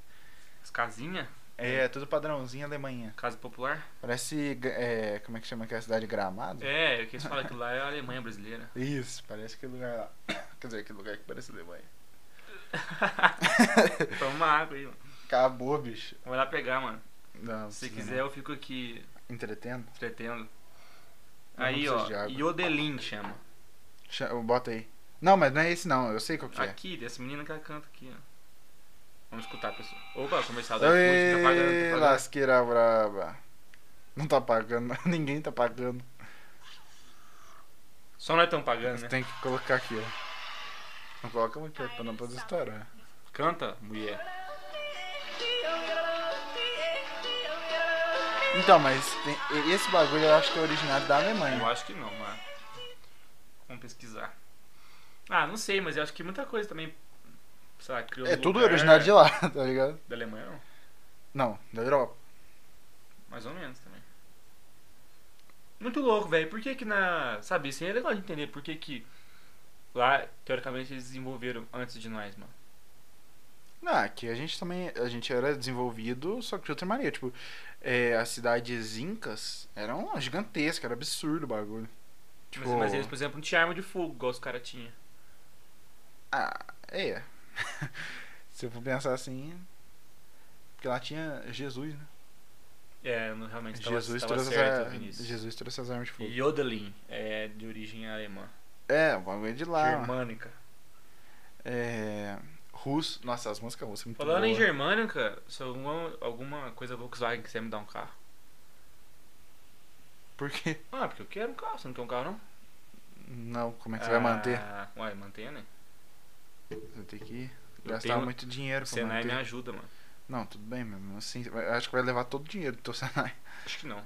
S1: As casinhas?
S2: É, tudo padrãozinho alemanha.
S1: Casa Popular?
S2: Parece, é, como é que chama aquela cidade? Gramado?
S1: É, o que eles falam que lá é a
S2: <laughs>
S1: Alemanha brasileira.
S2: Isso, parece que lugar lá. <coughs> Quer dizer, que lugar que parece Alemanha. <laughs>
S1: Toma uma água aí, mano.
S2: Acabou, bicho.
S1: Vai lá pegar, mano.
S2: Não,
S1: Se
S2: precisa
S1: quiser, eu fico aqui
S2: não. Entretendo?
S1: entretendo.
S2: Não,
S1: Aí,
S2: não
S1: ó.
S2: precisa de água.
S1: Yodelin chama.
S2: Cha- Bota aí. Não, mas não é esse não, eu sei qual que é.
S1: Aqui, dessa menina que ela canta aqui, ó. Vamos escutar, pessoal. Opa, comercial da iFood, tá pagando, tá
S2: Oi,
S1: pagando.
S2: lasqueira braba. Não tá pagando, <laughs> ninguém tá pagando.
S1: Só nós estamos pagando,
S2: Você
S1: né?
S2: tem que colocar aqui, ó. Não coloca muito perto pra não poder estourar.
S1: Canta, mulher.
S2: Então, mas tem- e- esse bagulho eu acho que é originário da
S1: Eu
S2: Alemanha.
S1: acho que não, mas... Vamos pesquisar. Ah, não sei, mas eu acho que muita coisa também... Sei lá, criou
S2: É
S1: no
S2: tudo
S1: lugar
S2: originário de lá, <laughs> tá ligado?
S1: Da Alemanha, não?
S2: Não, da Europa.
S1: Mais ou menos também. Muito louco, velho. Por que que na... Sabe, isso aí é legal de entender. Por que que... Lá, teoricamente, eles desenvolveram antes de nós, mano.
S2: Não, aqui a gente também. A gente era desenvolvido, só que de outra maneira. Tipo, é, as cidades incas eram gigantescas, era absurdo o bagulho.
S1: Tipo,
S2: Tipo,
S1: mas, mas eles, por exemplo, não tinham arma de fogo, igual os caras tinham.
S2: Ah, é. <laughs> Se eu for pensar assim. Porque lá tinha Jesus, né?
S1: É, eu não- realmente tava,
S2: Jesus
S1: tava
S2: trouxe,
S1: certo,
S2: as,
S1: Vinícius.
S2: Jesus trouxe as armas de fogo.
S1: Yodelin é de origem alemã,
S2: É, o bagulho é de lá. mano.
S1: germânica.
S2: É. Russo. Nossa, as músicas russas é muito
S1: Falando em
S2: boa.
S1: germânica, se alguma, alguma coisa Volkswagen quiser me dar um carro.
S2: Por quê?
S1: Ah, porque eu quero um carro, você não quer um carro não?
S2: Não, como é que você
S1: Ah,
S2: vai manter?
S1: Ué, mantenha, né?
S2: Você tem que
S1: Eu
S2: gastar
S1: tenho-
S2: muito dinheiro
S1: O
S2: pra
S1: Senai
S2: manter.
S1: né, me ajuda, mano.
S2: Não, tudo bem, mesmo assim, vai- acho que vai levar todo o dinheiro do teu Senai.
S1: Acho que não.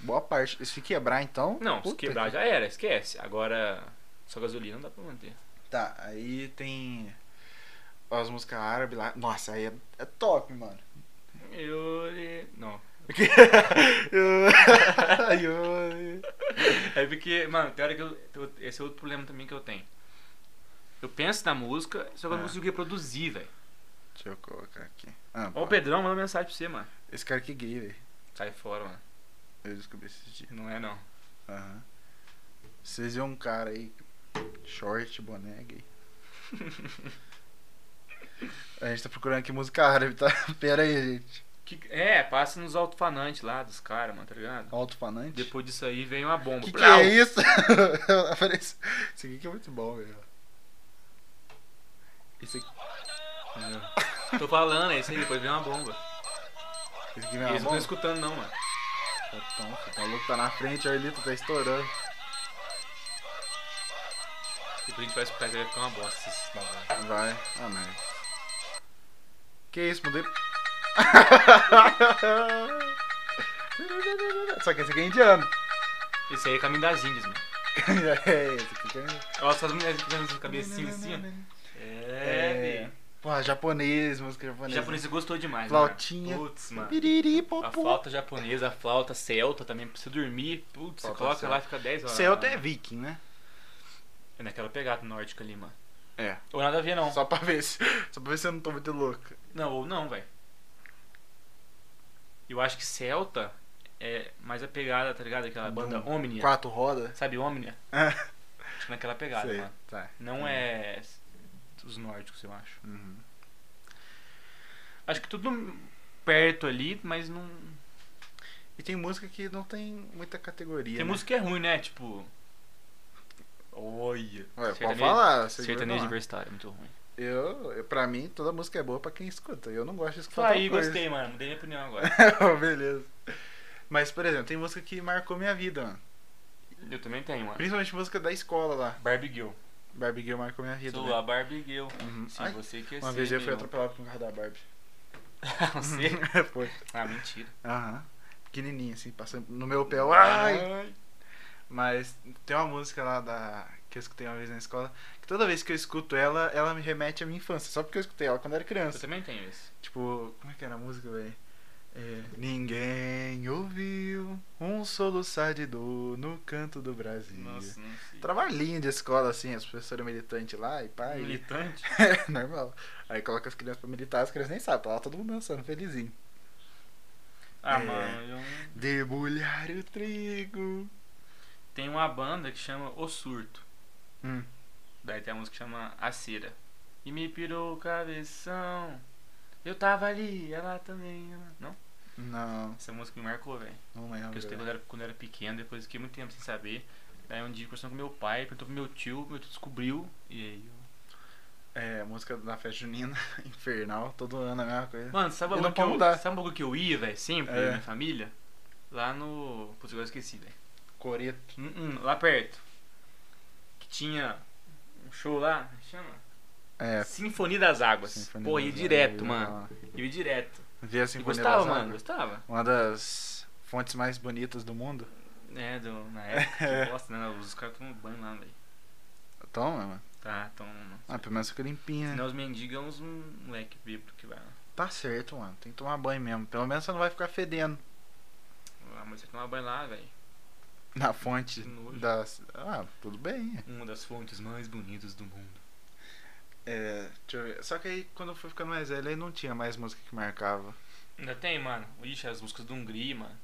S2: Boa parte. E se quebrar, então.
S1: Não, se
S2: puta
S1: quebrar
S2: que-
S1: já era, esquece. Agora, só gasolina não dá pra manter.
S2: Tá, aí tem. As músicas árabes lá. Nossa, aí é, é top, mano. <laughs>
S1: Eu... Não. <laughs>
S2: Eu-
S1: É porque, mano, tem hora que eu, eu- Esse é outro problema também que eu tenho. Eu penso na música, só que eu não
S2: Ah.
S1: consigo reproduzir, velho.
S2: Deixa eu colocar aqui. Ah,
S1: Ó, o
S2: pô,
S1: Pedrão mandou mensagem pra você, mano.
S2: Esse cara que é gay, velho.
S1: Sai fora, mano.
S2: Eu descobri esses dias.
S1: Não é, não.
S2: Aham. Vocês viram um cara aí, short, boné,
S1: <laughs>
S2: gay. A gente tá procurando aqui música árabe, tá? <laughs> Pera aí, gente.
S1: Que, é, passa nos alto-falantes lá dos caras, mano, tá ligado?
S2: Alto-falante?
S1: Depois disso aí vem uma bomba.
S2: Que que
S1: Brau!
S2: é isso? <laughs> Aparece. Isso aqui que é muito bom, velho. Isso aqui.
S1: Tô falando, é isso aí, depois vem uma bomba.
S2: Isso aqui não é
S1: Eles não estão
S2: bom?
S1: escutando não, mano.
S2: Então, filho, o maluco tá na frente, o Arlito tá estourando.
S1: Depois a gente vai escutar que vai ficar uma bosta esses bagulho.
S2: Vai. Ah, mas. Que isso, mudei. <laughs> Só que esse aqui é indiano. <laughs>
S1: Esse aí é caminho das índias, mano.
S2: é, esse aqui é indiano.
S1: Nossa, as mulheres ficando com a cabecinha assim, ó. É, velho.
S2: Porra, japonês, música japonesa.
S1: Japonesa gostou demais,
S2: Flautinha.
S1: mano. Putz, mano.
S2: Piriri,
S1: A
S2: popu.
S1: flauta japonesa, a flauta celta também, pra você dormir, putz, você
S2: Flauta
S1: coloca
S2: celta.
S1: lá e fica 10 horas.
S2: Celta
S1: lá,
S2: é
S1: mano.
S2: viking, né?
S1: É naquela pegada nórdica ali, mano.
S2: É.
S1: Ou nada a ver, não.
S2: Só pra ver se. Só pra ver se eu não tô muito louco.
S1: Não, ou não, velho. Eu acho que celta é mais a pegada, tá ligado? Aquela
S2: Não.
S1: banda Omnia.
S2: Quatro rodas?
S1: Sabe Omnia?
S2: Ah,
S1: Acho que naquela pegada,
S2: sei.
S1: mano.
S2: Tá.
S1: Não é os nórdicos, eu acho.
S2: Uhum.
S1: Acho que tudo perto ali, mas não.
S2: E tem música que não tem muita categoria.
S1: Tem
S2: né?
S1: música que é ruim, né? Tipo. Olha.
S2: Ué, pode
S1: Sertanejo-
S2: falar. você
S1: Sertanejo
S2: vai falar.
S1: universitário, é muito ruim.
S2: Eu, eu, pra mim, toda música é boa pra quem escuta. Eu não gosto de escutar.
S1: Fala aí,
S2: outra
S1: gostei, mano. Mudei minha opinião agora.
S2: coisa. <laughs> Beleza. Mas, por exemplo, tem música que marcou minha vida, mano.
S1: <laughs> Eu também tenho, mano.
S2: Principalmente música da escola lá.
S1: Barbie Girl.
S2: Barbie Girl marcou minha vida.
S1: Sou
S2: né?
S1: a Barbie Girl.
S2: Uhum.
S1: Se
S2: Ai,
S1: você quer
S2: uma
S1: ser
S2: vez eu fui
S1: meu-
S2: atropelado com o carro da Barbie. <laughs>
S1: <laughs> Você?
S2: Foi.
S1: Ah, mentira.
S2: Aham. Pequenininha, assim, passando no meu pé. eu, Ai!
S1: Ai.
S2: Mas tem uma música lá da que eu escutei uma vez na escola, que toda vez que eu escuto ela, ela me remete à minha infância, só porque eu escutei ela quando era
S1: Eu
S2: criança.
S1: também tenho isso.
S2: Tipo, como é que era a música, velho? É, Ninguém ouviu um soluçar de dor no canto do Brasil.
S1: Nossa, não sei.
S2: Trabalhinho de escola, assim, as professoras militantes lá e pai.
S1: Militante?
S2: É, <laughs> normal. Aí coloca as crianças pra militar, as crianças nem sabem, tá lá todo mundo dançando, felizinho.
S1: Ah,
S2: É.
S1: mano, eu não-
S2: Debulhar o trigo.
S1: Tem uma banda que chama O Surto.
S2: Hum.
S1: Daí tem a música que chama A Cera. E me pirou o cabeção. Eu tava ali, ela também. ela- Não?
S2: Não,
S1: Essa música me marcou, velho.
S2: não lembro.
S1: Eu escutei
S2: velho.
S1: quando era, quando era pequeno, depois fiquei muito tempo sem saber. Daí um dia conversando com meu pai, perguntou pro meu tio, meu tio descobriu. E aí eu...
S2: É, música da festa junina, <laughs> infernal, todo ano a mesma coisa.
S1: Mano, sabe
S2: E
S1: o
S2: não
S1: que,
S2: pode
S1: eu-
S2: mudar.
S1: sabe um bagulho que eu ia, velho, sempre,
S2: É.
S1: minha família? Lá no. Putz, agora eu esqueci, velho.
S2: Coreto.
S1: Hum, hum, lá perto. Que tinha um show lá, chama?
S2: É. assim,
S1: Sinfonia das Águas.
S2: Sinfonia
S1: Pô, ia
S2: das
S1: direto,
S2: Águas,
S1: mano. Eu ia direto.
S2: Vê a
S1: E
S2: Sinfonia
S1: gostava,
S2: das
S1: mano,
S2: Águas.
S1: gostava.
S2: assim, Uma das fontes mais bonitas do mundo.
S1: É, do, na época,
S2: <laughs>
S1: que bosta, né? Os caras tomam banho lá, velho.
S2: Toma, mano.
S1: Tá, então. mano.
S2: Ah, pelo menos fica limpinha. né?
S1: Senão os mendigos é uns moleque bêbado que vai lá.
S2: Tá certo, mano. Tem que tomar banho mesmo. Pelo menos você não vai ficar fedendo <laughs>
S1: Ah, mas você toma banho lá, velho.
S2: na fonte
S1: Que nojo.
S2: das. Ah, tudo bem.
S1: Uma das fontes mais bonitas do mundo.
S2: É, deixa eu ver. Só que aí, quando eu fui ficando mais velho, aí não tinha mais música que marcava.
S1: Ainda tem, mano. Ixi, as músicas do Hungria, mano.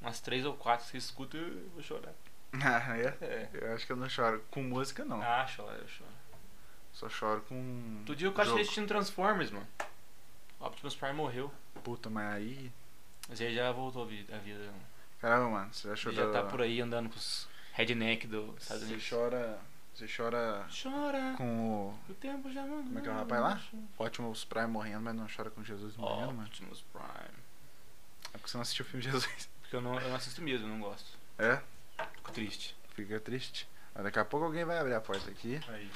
S1: Umas três ou quatro que você escuta, eu vou chorar.
S2: <laughs> Ah, é?
S1: É.
S2: Eu acho que eu não choro com música, não.
S1: Ah, chora, eu choro.
S2: Só choro com.
S1: Outro dia eu quase
S2: jogo.
S1: cheguei assistindo Transformers, mano. Optimus Prime morreu.
S2: Puta, mas aí.
S1: Mas ele já voltou a vida. A vida mano.
S2: Caramba, mano, você já
S1: Ele
S2: chorou.
S1: já tá por aí andando com os redneck dos Estados
S2: Você
S1: Unidos.
S2: chora. Você chora
S1: Chora,
S2: com o
S1: o tempo já mandou.
S2: Como é que é o rapaz lá? Optimus Prime morrendo, mas não chora com Jesus morrendo, é, mano.
S1: Optimus Prime.
S2: É porque você não assistiu o filme Jesus. <laughs>
S1: Porque eu não, eu não assisto mesmo, eu não gosto.
S2: É?
S1: Fico triste.
S2: Fica triste. Mas daqui a pouco alguém vai abrir a porta aqui.
S1: Aí.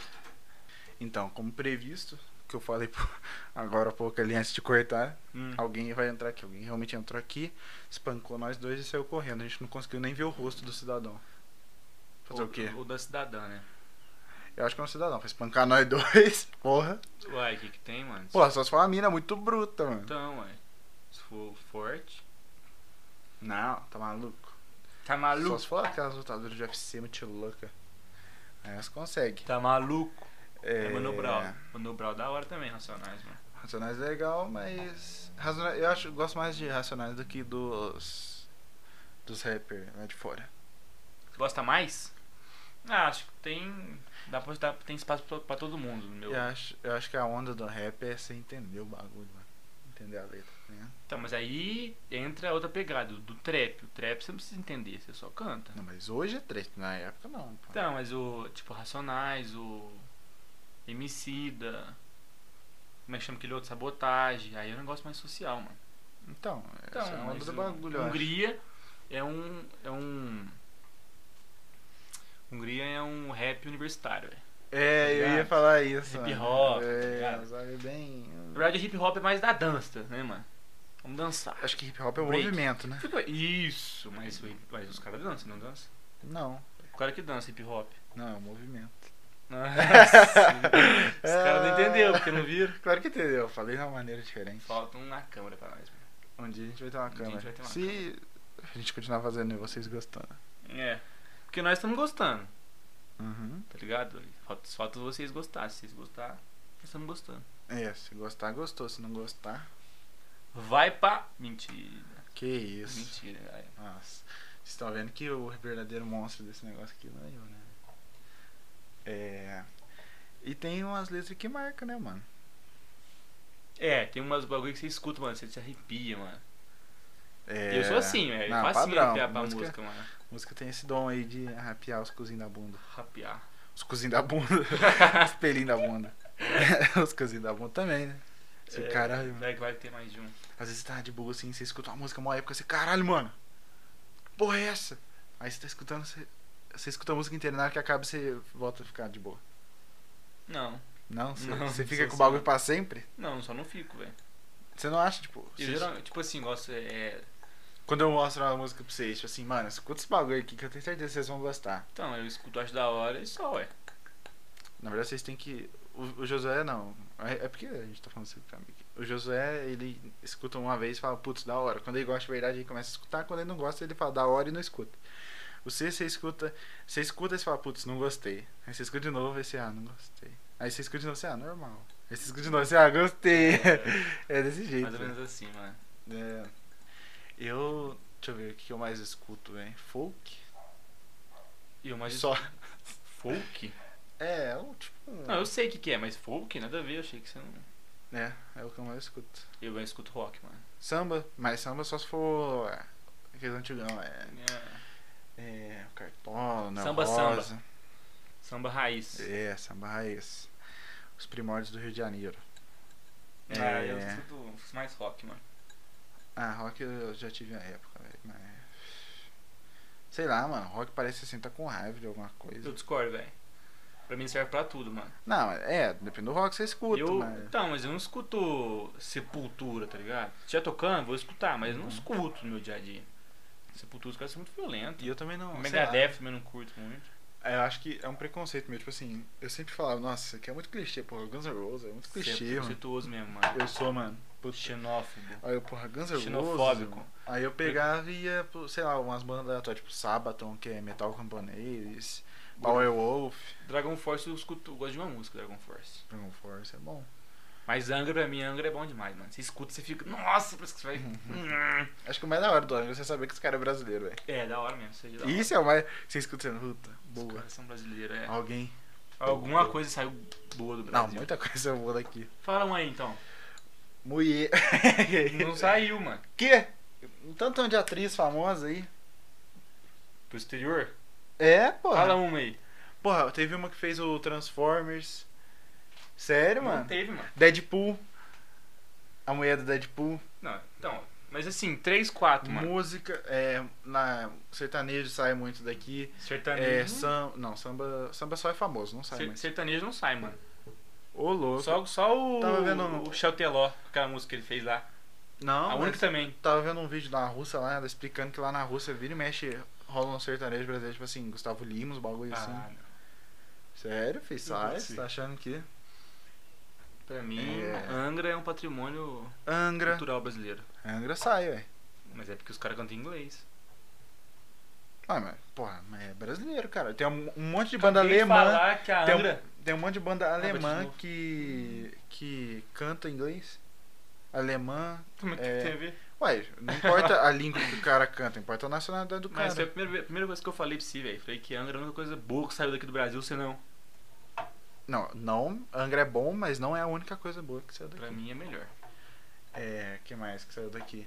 S2: Então, como previsto, que eu falei pro- <laughs> agora há pouco ali antes de cortar,
S1: Hum.
S2: alguém vai entrar aqui. Alguém realmente entrou aqui, espancou nós dois e saiu correndo. A gente não conseguiu nem ver o rosto do cidadão. Fazer
S1: ou,
S2: o quê?
S1: ou da cidadã, né?
S2: Eu acho que é um cidadão. Vai espancar nós <laughs> dois. Porra.
S1: Uai, o que, que tem, mano?
S2: Porra, só se for uma mina muito bruta, mano.
S1: Então, uai. Se for forte.
S2: Não, tá maluco.
S1: Tá
S2: Só
S1: maluco?
S2: se for aquelas lutadoras de UFC muito louca. Aí elas conseguem.
S1: Tá maluco? É, Mano Brown. Mano Brown da hora também, Racionais, mano.
S2: Racionais é legal, mas. Racionais, eu acho, eu gosto mais de Racionais do que dos. Dos rappers lá de fora.
S1: Gosta mais? Ah, acho que tem. Dá pra, dá-
S2: É.
S1: tem espaço pra, pra todo mundo, no meu.
S2: Eu acho, eu acho que a onda do rap é você entender o bagulho, mano. entender a letra, tá ligado?
S1: Então, mas aí entra outra pegada, do trap. O trap você não precisa entender, você só canta.
S2: Não, mas hoje é treta, na época não. pô.
S1: Então, mas o. Tipo, Racionais, o. Emicida. Como é que chama aquele outro? Sabotagem. Aí é um negócio mais social, mano.
S2: Então,
S1: Então,
S2: essa é uma
S1: mas
S2: do
S1: o-
S2: bagulho, eu acho.
S1: Hungria é um. É um. Hungria é um rap universitário, velho.
S2: É, eu ia
S1: tá ligado?
S2: falar isso.
S1: Hip
S2: mano.
S1: hop, tá
S2: É,
S1: ligado?
S2: sabe, bem.
S1: Na verdade, hip hop é mais da dança, né, mano? Vamos dançar.
S2: Acho que hip hop é um
S1: Break.
S2: movimento, né?
S1: Tipo, Isso, mas, o- mas os caras dançam, não dançam?
S2: Não,
S1: O cara que dança hip <laughs> hop.
S2: não, é um movimento.
S1: Nossa, os caras não entenderam, porque não viram.
S2: Claro que entendeu, eu falei de uma maneira diferente.
S1: Falta uma câmera pra nós, mano.
S2: Um dia a gente vai ter uma
S1: Um dia a
S2: câmera.
S1: gente vai ter uma
S2: Se a gente continuar fazendo e vocês gostando.
S1: É. Porque nós estamos gostando,
S2: Uhum.
S1: tá ligado? Falta, falta vocês gostarem. Se vocês gostarem, nós estamos gostando.
S2: É, se gostar, gostou. Se não gostar,
S1: Vai pra. Mentira.
S2: que isso.
S1: Mentira, galera.
S2: Nossa. Vocês estão vendo que o verdadeiro monstro desse negócio aqui não é eu, né? É. E tem umas letras que marcam, né, mano?
S1: É, tem umas bagulho que você escuta, mano. Você se arrepia, mano.
S2: É...
S1: Eu sou assim, velho.
S2: Não,
S1: Eu faço assim
S2: padrão.
S1: arrepiar pra
S2: Música-
S1: música, mano.
S2: música tem esse dom aí de arrapiar os cozinhos da bunda.
S1: Rapear.
S2: Os cozinhos da bunda. <laughs> os pelinhos da bunda. <laughs> os cozinhos da bunda também, né? Você,
S1: É,
S2: caralho,
S1: Vai que vai ter mais de um.
S2: Às vezes você tá de boa assim, você escuta uma música mó época, você, caralho, mano, que porra é essa? Aí você tá escutando, você, você escuta a música inteira, na hora que acaba você volta a ficar de boa.
S1: Não,
S2: Não, você,
S1: Não,
S2: você fica
S1: não sou
S2: com o
S1: assim,
S2: bagulho
S1: não.
S2: pra sempre?
S1: não, só não fico, velho.
S2: Você não acha, tipo.
S1: Eu
S2: você-
S1: geralmente, tipo assim, gosto. É,
S2: Quando eu mostro uma música pra vocês, tipo assim, mano, escuta esse bagulho aqui que eu tenho certeza que vocês vão gostar.
S1: então, eu escuto, acho da hora e só, ué.
S2: Na verdade, vocês têm que. O, o Josué não. É, é porque a gente tá falando isso pra mim. aqui. O Josué, ele escuta uma vez e fala, putz, da hora. Quando ele gosta de verdade, ele começa a escutar. Quando ele não gosta, ele fala da hora e não escuta. Você, você escuta. Você escuta e você fala, putz, não gostei. Aí você escuta de novo e você, ah, não gostei. Aí você escuta de novo e você, ah, normal. Aí você escuta de novo e você, ah, gostei. <laughs> <laughs> É, desse jeito.
S1: Mais ou menos assim, mano.
S2: É. Eu. Deixa eu ver o que eu mais escuto, hein? Folk?
S1: E eu mais
S2: Só.
S1: Folk?
S2: É, um, tipo. Um,
S1: Não, eu sei o que, que é, mas folk nada a ver, eu achei que você não.
S2: É, é o que eu mais escuto.
S1: Eu mais escuto rock, mano.
S2: Samba, mas samba só se for é, aquele antigão, é,
S1: É,
S2: é o cartola,
S1: Samba,
S2: samba, rosa.
S1: Samba raiz.
S2: É, samba raiz. Os primórdios do Rio de Janeiro.
S1: Ah,
S2: É.
S1: eu escuto mais rock, mano.
S2: Ah, rock eu já tive na época, velho, mas... Sei lá, mano, rock parece assim, tá com raiva de alguma
S1: Eu
S2: coisa.
S1: discordo, velho. Pra mim serve pra tudo, mano.
S2: Não, é, depende do rock que você escuta,
S1: eu,
S2: mas...
S1: Então, mas eu não escuto Sepultura, tá ligado? Se tiver tocando, vou escutar, mas eu não
S2: Uhum.
S1: escuto no meu dia a dia. Sepultura, os caras são muito violentos.
S2: E eu também não, sei lá.
S1: Megadeth também não curto muito.
S2: É, Eu acho que é um preconceito meu, tipo assim, eu sempre falava, nossa, isso aqui é muito clichê, porra, Guns N' Roses é muito clichê,
S1: Você é
S2: mano.
S1: preconceituoso mesmo, mano.
S2: Eu sou, mano, puta...
S1: Xenófobo.
S2: Aí eu, porra, Guns N' Roses.
S1: Xenofóbico.
S2: mano. Aí eu pegava e ia, pro, sei lá, umas bandas aleatórias, tipo Sabaton, que é metal camponês, Powerwolf.
S1: Dragon Force eu escuto, eu gosto de uma música, Dragon Force.
S2: Dragon Force é bom.
S1: Mas Angra pra mim, Angra é bom demais, mano. Você escuta, você fica. Nossa, parece que você vai.
S2: <laughs>
S1: <laughs> Hum.
S2: Acho que o mais da hora do ano é você saber que esse cara é brasileiro, velho.
S1: é, da hora mesmo. Seja da hora.
S2: Isso é o mais. Você escuta sendo puta,
S1: Os
S2: boa.
S1: caras são brasileiros, é.
S2: Alguém.
S1: Alguma coisa saiu boa do
S2: Não,
S1: Brasil.
S2: muita coisa boa daqui.
S1: Fala uma aí então.
S2: Mulher. <laughs>
S1: Não saiu, mano.
S2: Quê? Um tantão de atriz famosa aí.
S1: Pro exterior?
S2: É, porra.
S1: Fala um- uma aí.
S2: Porra, teve uma que fez o Transformers. Sério,
S1: Não
S2: mano?
S1: teve, mano.
S2: Deadpool. A mulher do Deadpool.
S1: Não, então. Mas assim, 3, 4, mano.
S2: Música, é, na sertanejo sai muito daqui.
S1: Sertanejo.
S2: É, sam, não, samba, samba só é famoso, não sai
S1: ser-
S2: mais.
S1: sertanejo não sai, mano.
S2: Ô louco.
S1: Só, só o.
S2: Tava vendo- um-
S1: O Chalteló, aquela música que ele fez lá.
S2: Não,
S1: A
S2: mas
S1: única também.
S2: tava vendo um vídeo da Rússia lá, ela explicando que lá na Rússia vira e mexe rola um sertanejo brasileiro, tipo assim, Gustavo Lima, uns bagulho assim.
S1: não.
S2: Sério, fez sai,
S1: consigo.
S2: você tá achando que
S1: Pra mim,
S2: É.
S1: Angra é um patrimônio
S2: Angra,
S1: cultural brasileiro.
S2: Angra sai, velho.
S1: Mas é porque os caras cantam em inglês.
S2: Ah, mas, porra, mas é brasileiro, cara. Tem um, um monte de banda
S1: Acabei de
S2: alemã,
S1: falar que a
S2: tem um-
S1: Angra.
S2: tem um monte de banda
S1: bate de
S2: alemã
S1: novo.
S2: que que canta inglês. Alemã,
S1: Como é que
S2: é,
S1: tem a ver?
S2: Ué, não importa a língua que o cara canta, importa a nacionalidade do cara.
S1: Mas foi a primeira, a primeira coisa que eu falei pra você, velho. Falei que Angra é a única coisa boa que saiu daqui do Brasil, senão.
S2: Não, não, Angra é bom, mas não é a única coisa boa que saiu daqui.
S1: Pra mim é melhor.
S2: É, que mais que saiu daqui?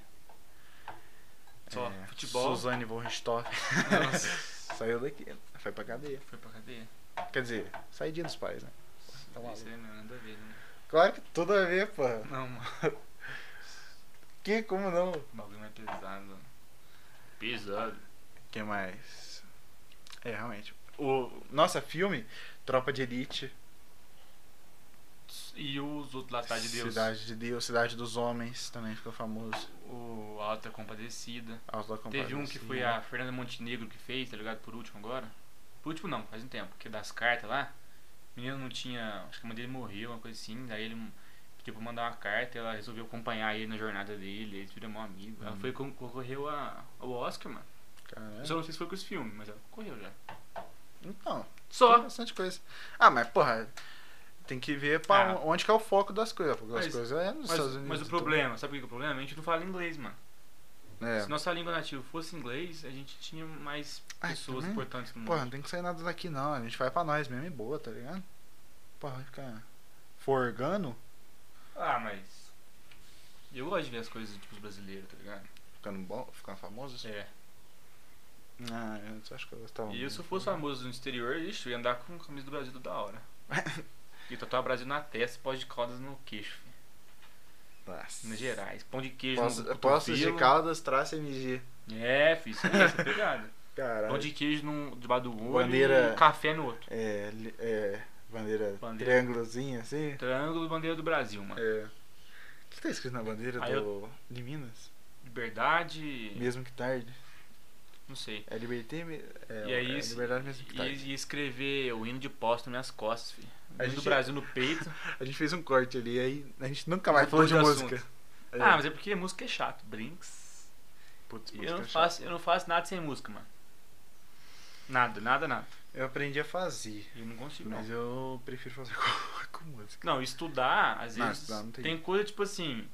S1: Só,
S2: É,
S1: futebol.
S2: Suzane von Richthofen.
S1: Nossa.
S2: <laughs> saiu daqui. Foi pra cadeia.
S1: <laughs> Foi pra cadeia?
S2: Quer dizer, saidinha dos pais, né? Tá
S1: Isso
S2: maluco.
S1: aí, não, nada a ver, né?
S2: Claro que tudo a ver, pô.
S1: Não, mano.
S2: Que? Como não?
S1: O bagulho é mais pesado. Pesado.
S2: que mais? É, realmente. O, nossa, filme, Tropa de Elite,
S1: E os outros lá, Cidade de Deus?
S2: Cidade de Deus, Cidade dos Homens, também ficou famoso.
S1: O Alta Compadecida.
S2: Aos da
S1: Teve um que
S2: Compadecida.
S1: foi a Fernanda Montenegro que fez, tá ligado? Por último agora. Por último não, faz um tempo. Que das cartas lá. O menino não tinha. Acho que a mãe dele morreu, uma coisa assim. Daí ele pediu pra mandar uma carta. Ela resolveu acompanhar ele na jornada dele. Eles viram um amigo. Ela
S2: Uhum. É?
S1: foi con- concorreu a, ao Oscar, mano.
S2: Caralho.
S1: Eu só não sei se foi com esse filme, mas ela correu já.
S2: Então, tem
S1: Só!
S2: bastante coisa. Ah, mas porra, tem que ver pra
S1: Ah.
S2: onde que é o foco das coisas. Porque
S1: Mas-
S2: as coisas é nos
S1: Mas,
S2: Estados Unidos.
S1: mas o
S2: e
S1: problema, sabe o que é o problema? A gente não fala inglês, mano.
S2: tudo. É.
S1: Se nossa língua nativa fosse inglês, a gente tinha mais
S2: Ai,
S1: pessoas
S2: também.
S1: importantes no mundo.
S2: Porra, não tem que sair nada daqui não. A gente vai pra nós mesmo e boa, tá ligado? Porra, vai ficar forgando,
S1: Ah, mas. Eu gosto de ver as coisas tipo brasileiros, tá ligado?
S2: ficando bom, ficando famoso.
S1: É.
S2: Ah, eu acho que eu gostava
S1: E
S2: muito.
S1: se eu fosse famoso no exterior, ixi, eu ia andar com a camisa do Brasil toda
S2: <laughs>
S1: hora. E tatuar Brasil na testa, pós de caldas no queixo, filho.
S2: Nossa.
S1: Minas Gerais. Pão de queijo no
S2: Posso,
S1: cotovelo.
S2: posso de Caldas, traço MG.
S1: É, filho, isso aí,
S2: <laughs>
S1: essa pegada. Pão de
S2: Caralho.
S1: queijo num, debaixo do olho
S2: Bandeira-
S1: e café no outro.
S2: É, li- é, bandeira,
S1: Bandeira.
S2: triângulozinho assim.
S1: Triângulo, bandeira do Brasil, mano.
S2: É. O que tá escrito na bandeira
S1: Aí É.
S2: do... de Minas?
S1: Liberdade...
S2: Mesmo que tarde.
S1: Não sei.
S2: É liberté me- é,
S1: E aí,
S2: é
S1: se-
S2: liberdade mesmo que
S1: E,
S2: tarde.
S1: e escrever o hino de posto nas minhas costas, filho. O
S2: A
S1: hino do
S2: gente-
S1: Brasil no peito.
S2: <laughs> A gente fez um corte ali, aí a gente nunca mais falou
S1: Mudou
S2: de
S1: de
S2: música. É.
S1: Ah, mas é porque música é chato. Brinks.
S2: Putz,
S1: E
S2: música é
S1: Eu não,
S2: chata.
S1: faço, eu não faço nada sem música, mano. Nada, nada, nada.
S2: Eu aprendi a fazer,
S1: Eu não consigo, não.
S2: mas eu prefiro fazer <laughs> com, com música.
S1: Não, estudar, às
S2: Não,
S1: vezes.
S2: estudar não tem
S1: tem. coisa tipo assim.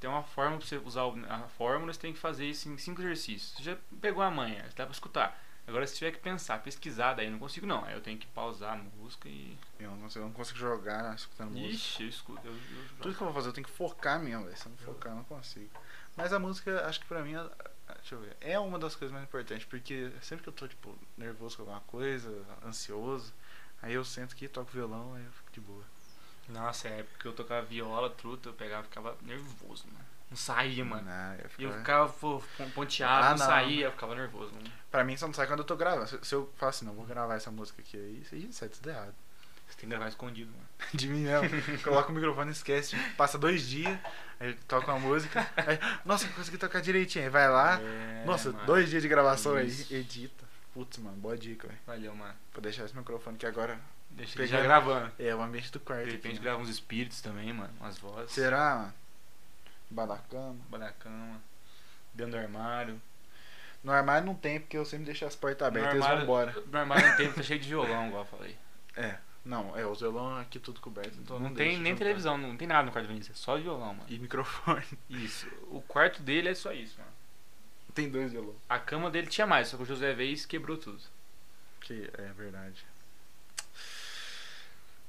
S1: Tem uma forma pra você usar o- a fórmula, você tem que fazer isso em cinco exercícios. Você já pegou a manha, dá pra escutar. Agora, se tiver que pensar, pesquisar, daí eu não consigo, não. Aí eu tenho que pausar a música e.
S2: Eu não consigo, eu não consigo jogar escutando música.
S1: Ixi, eu escuto. Eu, eu jogo.
S2: Tudo que eu vou fazer eu tenho que focar mesmo, velho. Se eu não focar, eu não consigo. Mas a música, acho que pra mim, é- deixa eu ver, é uma das coisas mais importantes. Porque sempre que eu tô, tipo, nervoso com alguma coisa, ansioso, aí eu sento aqui, toco violão, aí eu fico de boa.
S1: Nossa, é porque eu tocava viola, truta, eu pegava, ficava nervoso, mano. Não saía, mano.
S2: Ah, eu
S1: E eu
S2: fico-
S1: ficava pô, ponteado,
S2: Ah,
S1: não,
S2: não.
S1: saía, eu ficava nervoso, mano.
S2: Pra mim só não sai quando eu tô gravando. Se, se eu falar assim, não, vou gravar essa música aqui, aí isso aí sai tudo errado. <laughs>
S1: Você tem que gravar escondido, mano.
S2: De mim mesmo. Coloca o microfone, esquece. Passa dois dias, aí toca uma música. Aí, nossa, consegui tocar direitinho. Aí vai lá.
S1: É,
S2: nossa,
S1: mano.
S2: dois dias de gravação aí,
S1: Isso.
S2: edita. Putz, mano, boa dica, velho.
S1: Valeu, mano.
S2: Vou deixar esse microfone que agora
S1: Deixa ele
S2: Pegando-
S1: já gravando.
S2: é o ambiente do quarto.
S1: De repente
S2: aqui, né?
S1: grava uns espíritos também, mano. Umas vozes.
S2: Será? mano? Embaixo da cama.
S1: Embaixo da cama. Dentro do armário.
S2: No armário não tem, porque eu sempre deixo as portas abertas e
S1: no
S2: eles
S1: armário,
S2: vão embora.
S1: No armário não tem, tá cheio de violão, igual eu falei.
S2: É. Não, é, os violão aqui tudo coberto. Então
S1: Não,
S2: não,
S1: tem
S2: deixo
S1: nem
S2: juntar.
S1: televisão, não tem nada no quarto do Vinícius. É só violão, mano.
S2: E microfone. <laughs>
S1: Isso. O quarto dele é só isso, mano.
S2: Tem dois violão.
S1: A cama dele tinha mais, só que o José veio e quebrou tudo.
S2: Que é verdade.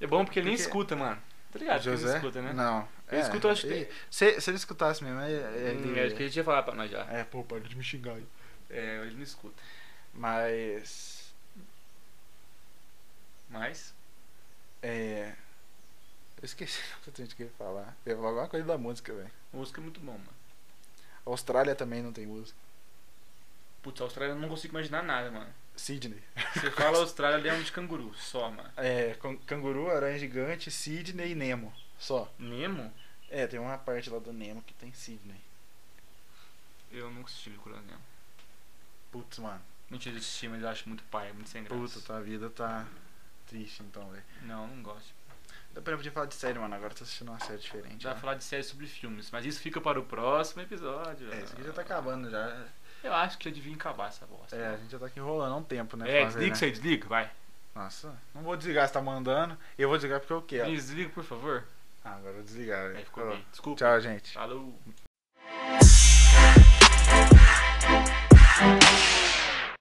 S1: É bom porque ele nem
S2: Porque-
S1: escuta, mano. Tá ligado? Porque Ele
S2: José?
S1: não escuta, né?
S2: Não.
S1: Ele escuta, eu acho que.
S2: ele- Se, se ele escutasse mesmo, é. é,
S1: Hum,
S2: ele-
S1: acho que ele tinha falado pra nós já.
S2: É, pô, para de me xingar aí.
S1: É, ele não escuta.
S2: Mas.
S1: Mas.
S2: É. Eu esqueci <laughs> o que eu tinha que falar. Eu ia falar alguma coisa da música, velho.
S1: Música é muito bom, mano.
S2: Austrália também não tem música.
S1: Putz, a Austrália eu não consigo imaginar nada, mano.
S2: Sydney.
S1: Você fala Austrália, lembra de canguru, só, mano.
S2: É, can- canguru, aranha gigante, Sydney e Nemo. Só.
S1: Nemo?
S2: É, tem uma parte lá do Nemo que tem Sydney.
S1: Eu nunca assisti Procurando Nemo.
S2: Putz, mano.
S1: Mentira, eu assisti, mas eu acho muito pai, muito sem graça.
S2: Puta, tua vida tá triste então, velho.
S1: Não, não gosto.
S2: Depois eu podia falar de série, mano. Agora eu tô assistindo uma série
S1: A
S2: diferente.
S1: gente vai
S2: né?
S1: falar de séries sobre filmes, mas isso fica para o próximo episódio.
S2: É, isso aqui já tá acabando já.
S1: Eu acho que já devia acabar essa bosta.
S2: É, a gente já tá aqui enrolando há um tempo, né?
S1: É,
S2: pra fazer,
S1: desliga
S2: né?
S1: isso aí, desliga, vai.
S2: Nossa, não vou desligar, você tá mandando. Eu vou desligar porque eu quero.
S1: Desliga, por favor.
S2: Ah, agora eu vou desligar.
S1: Aí
S2: velho.
S1: ficou bem. Desculpa.
S2: Tchau, gente.
S1: Falou.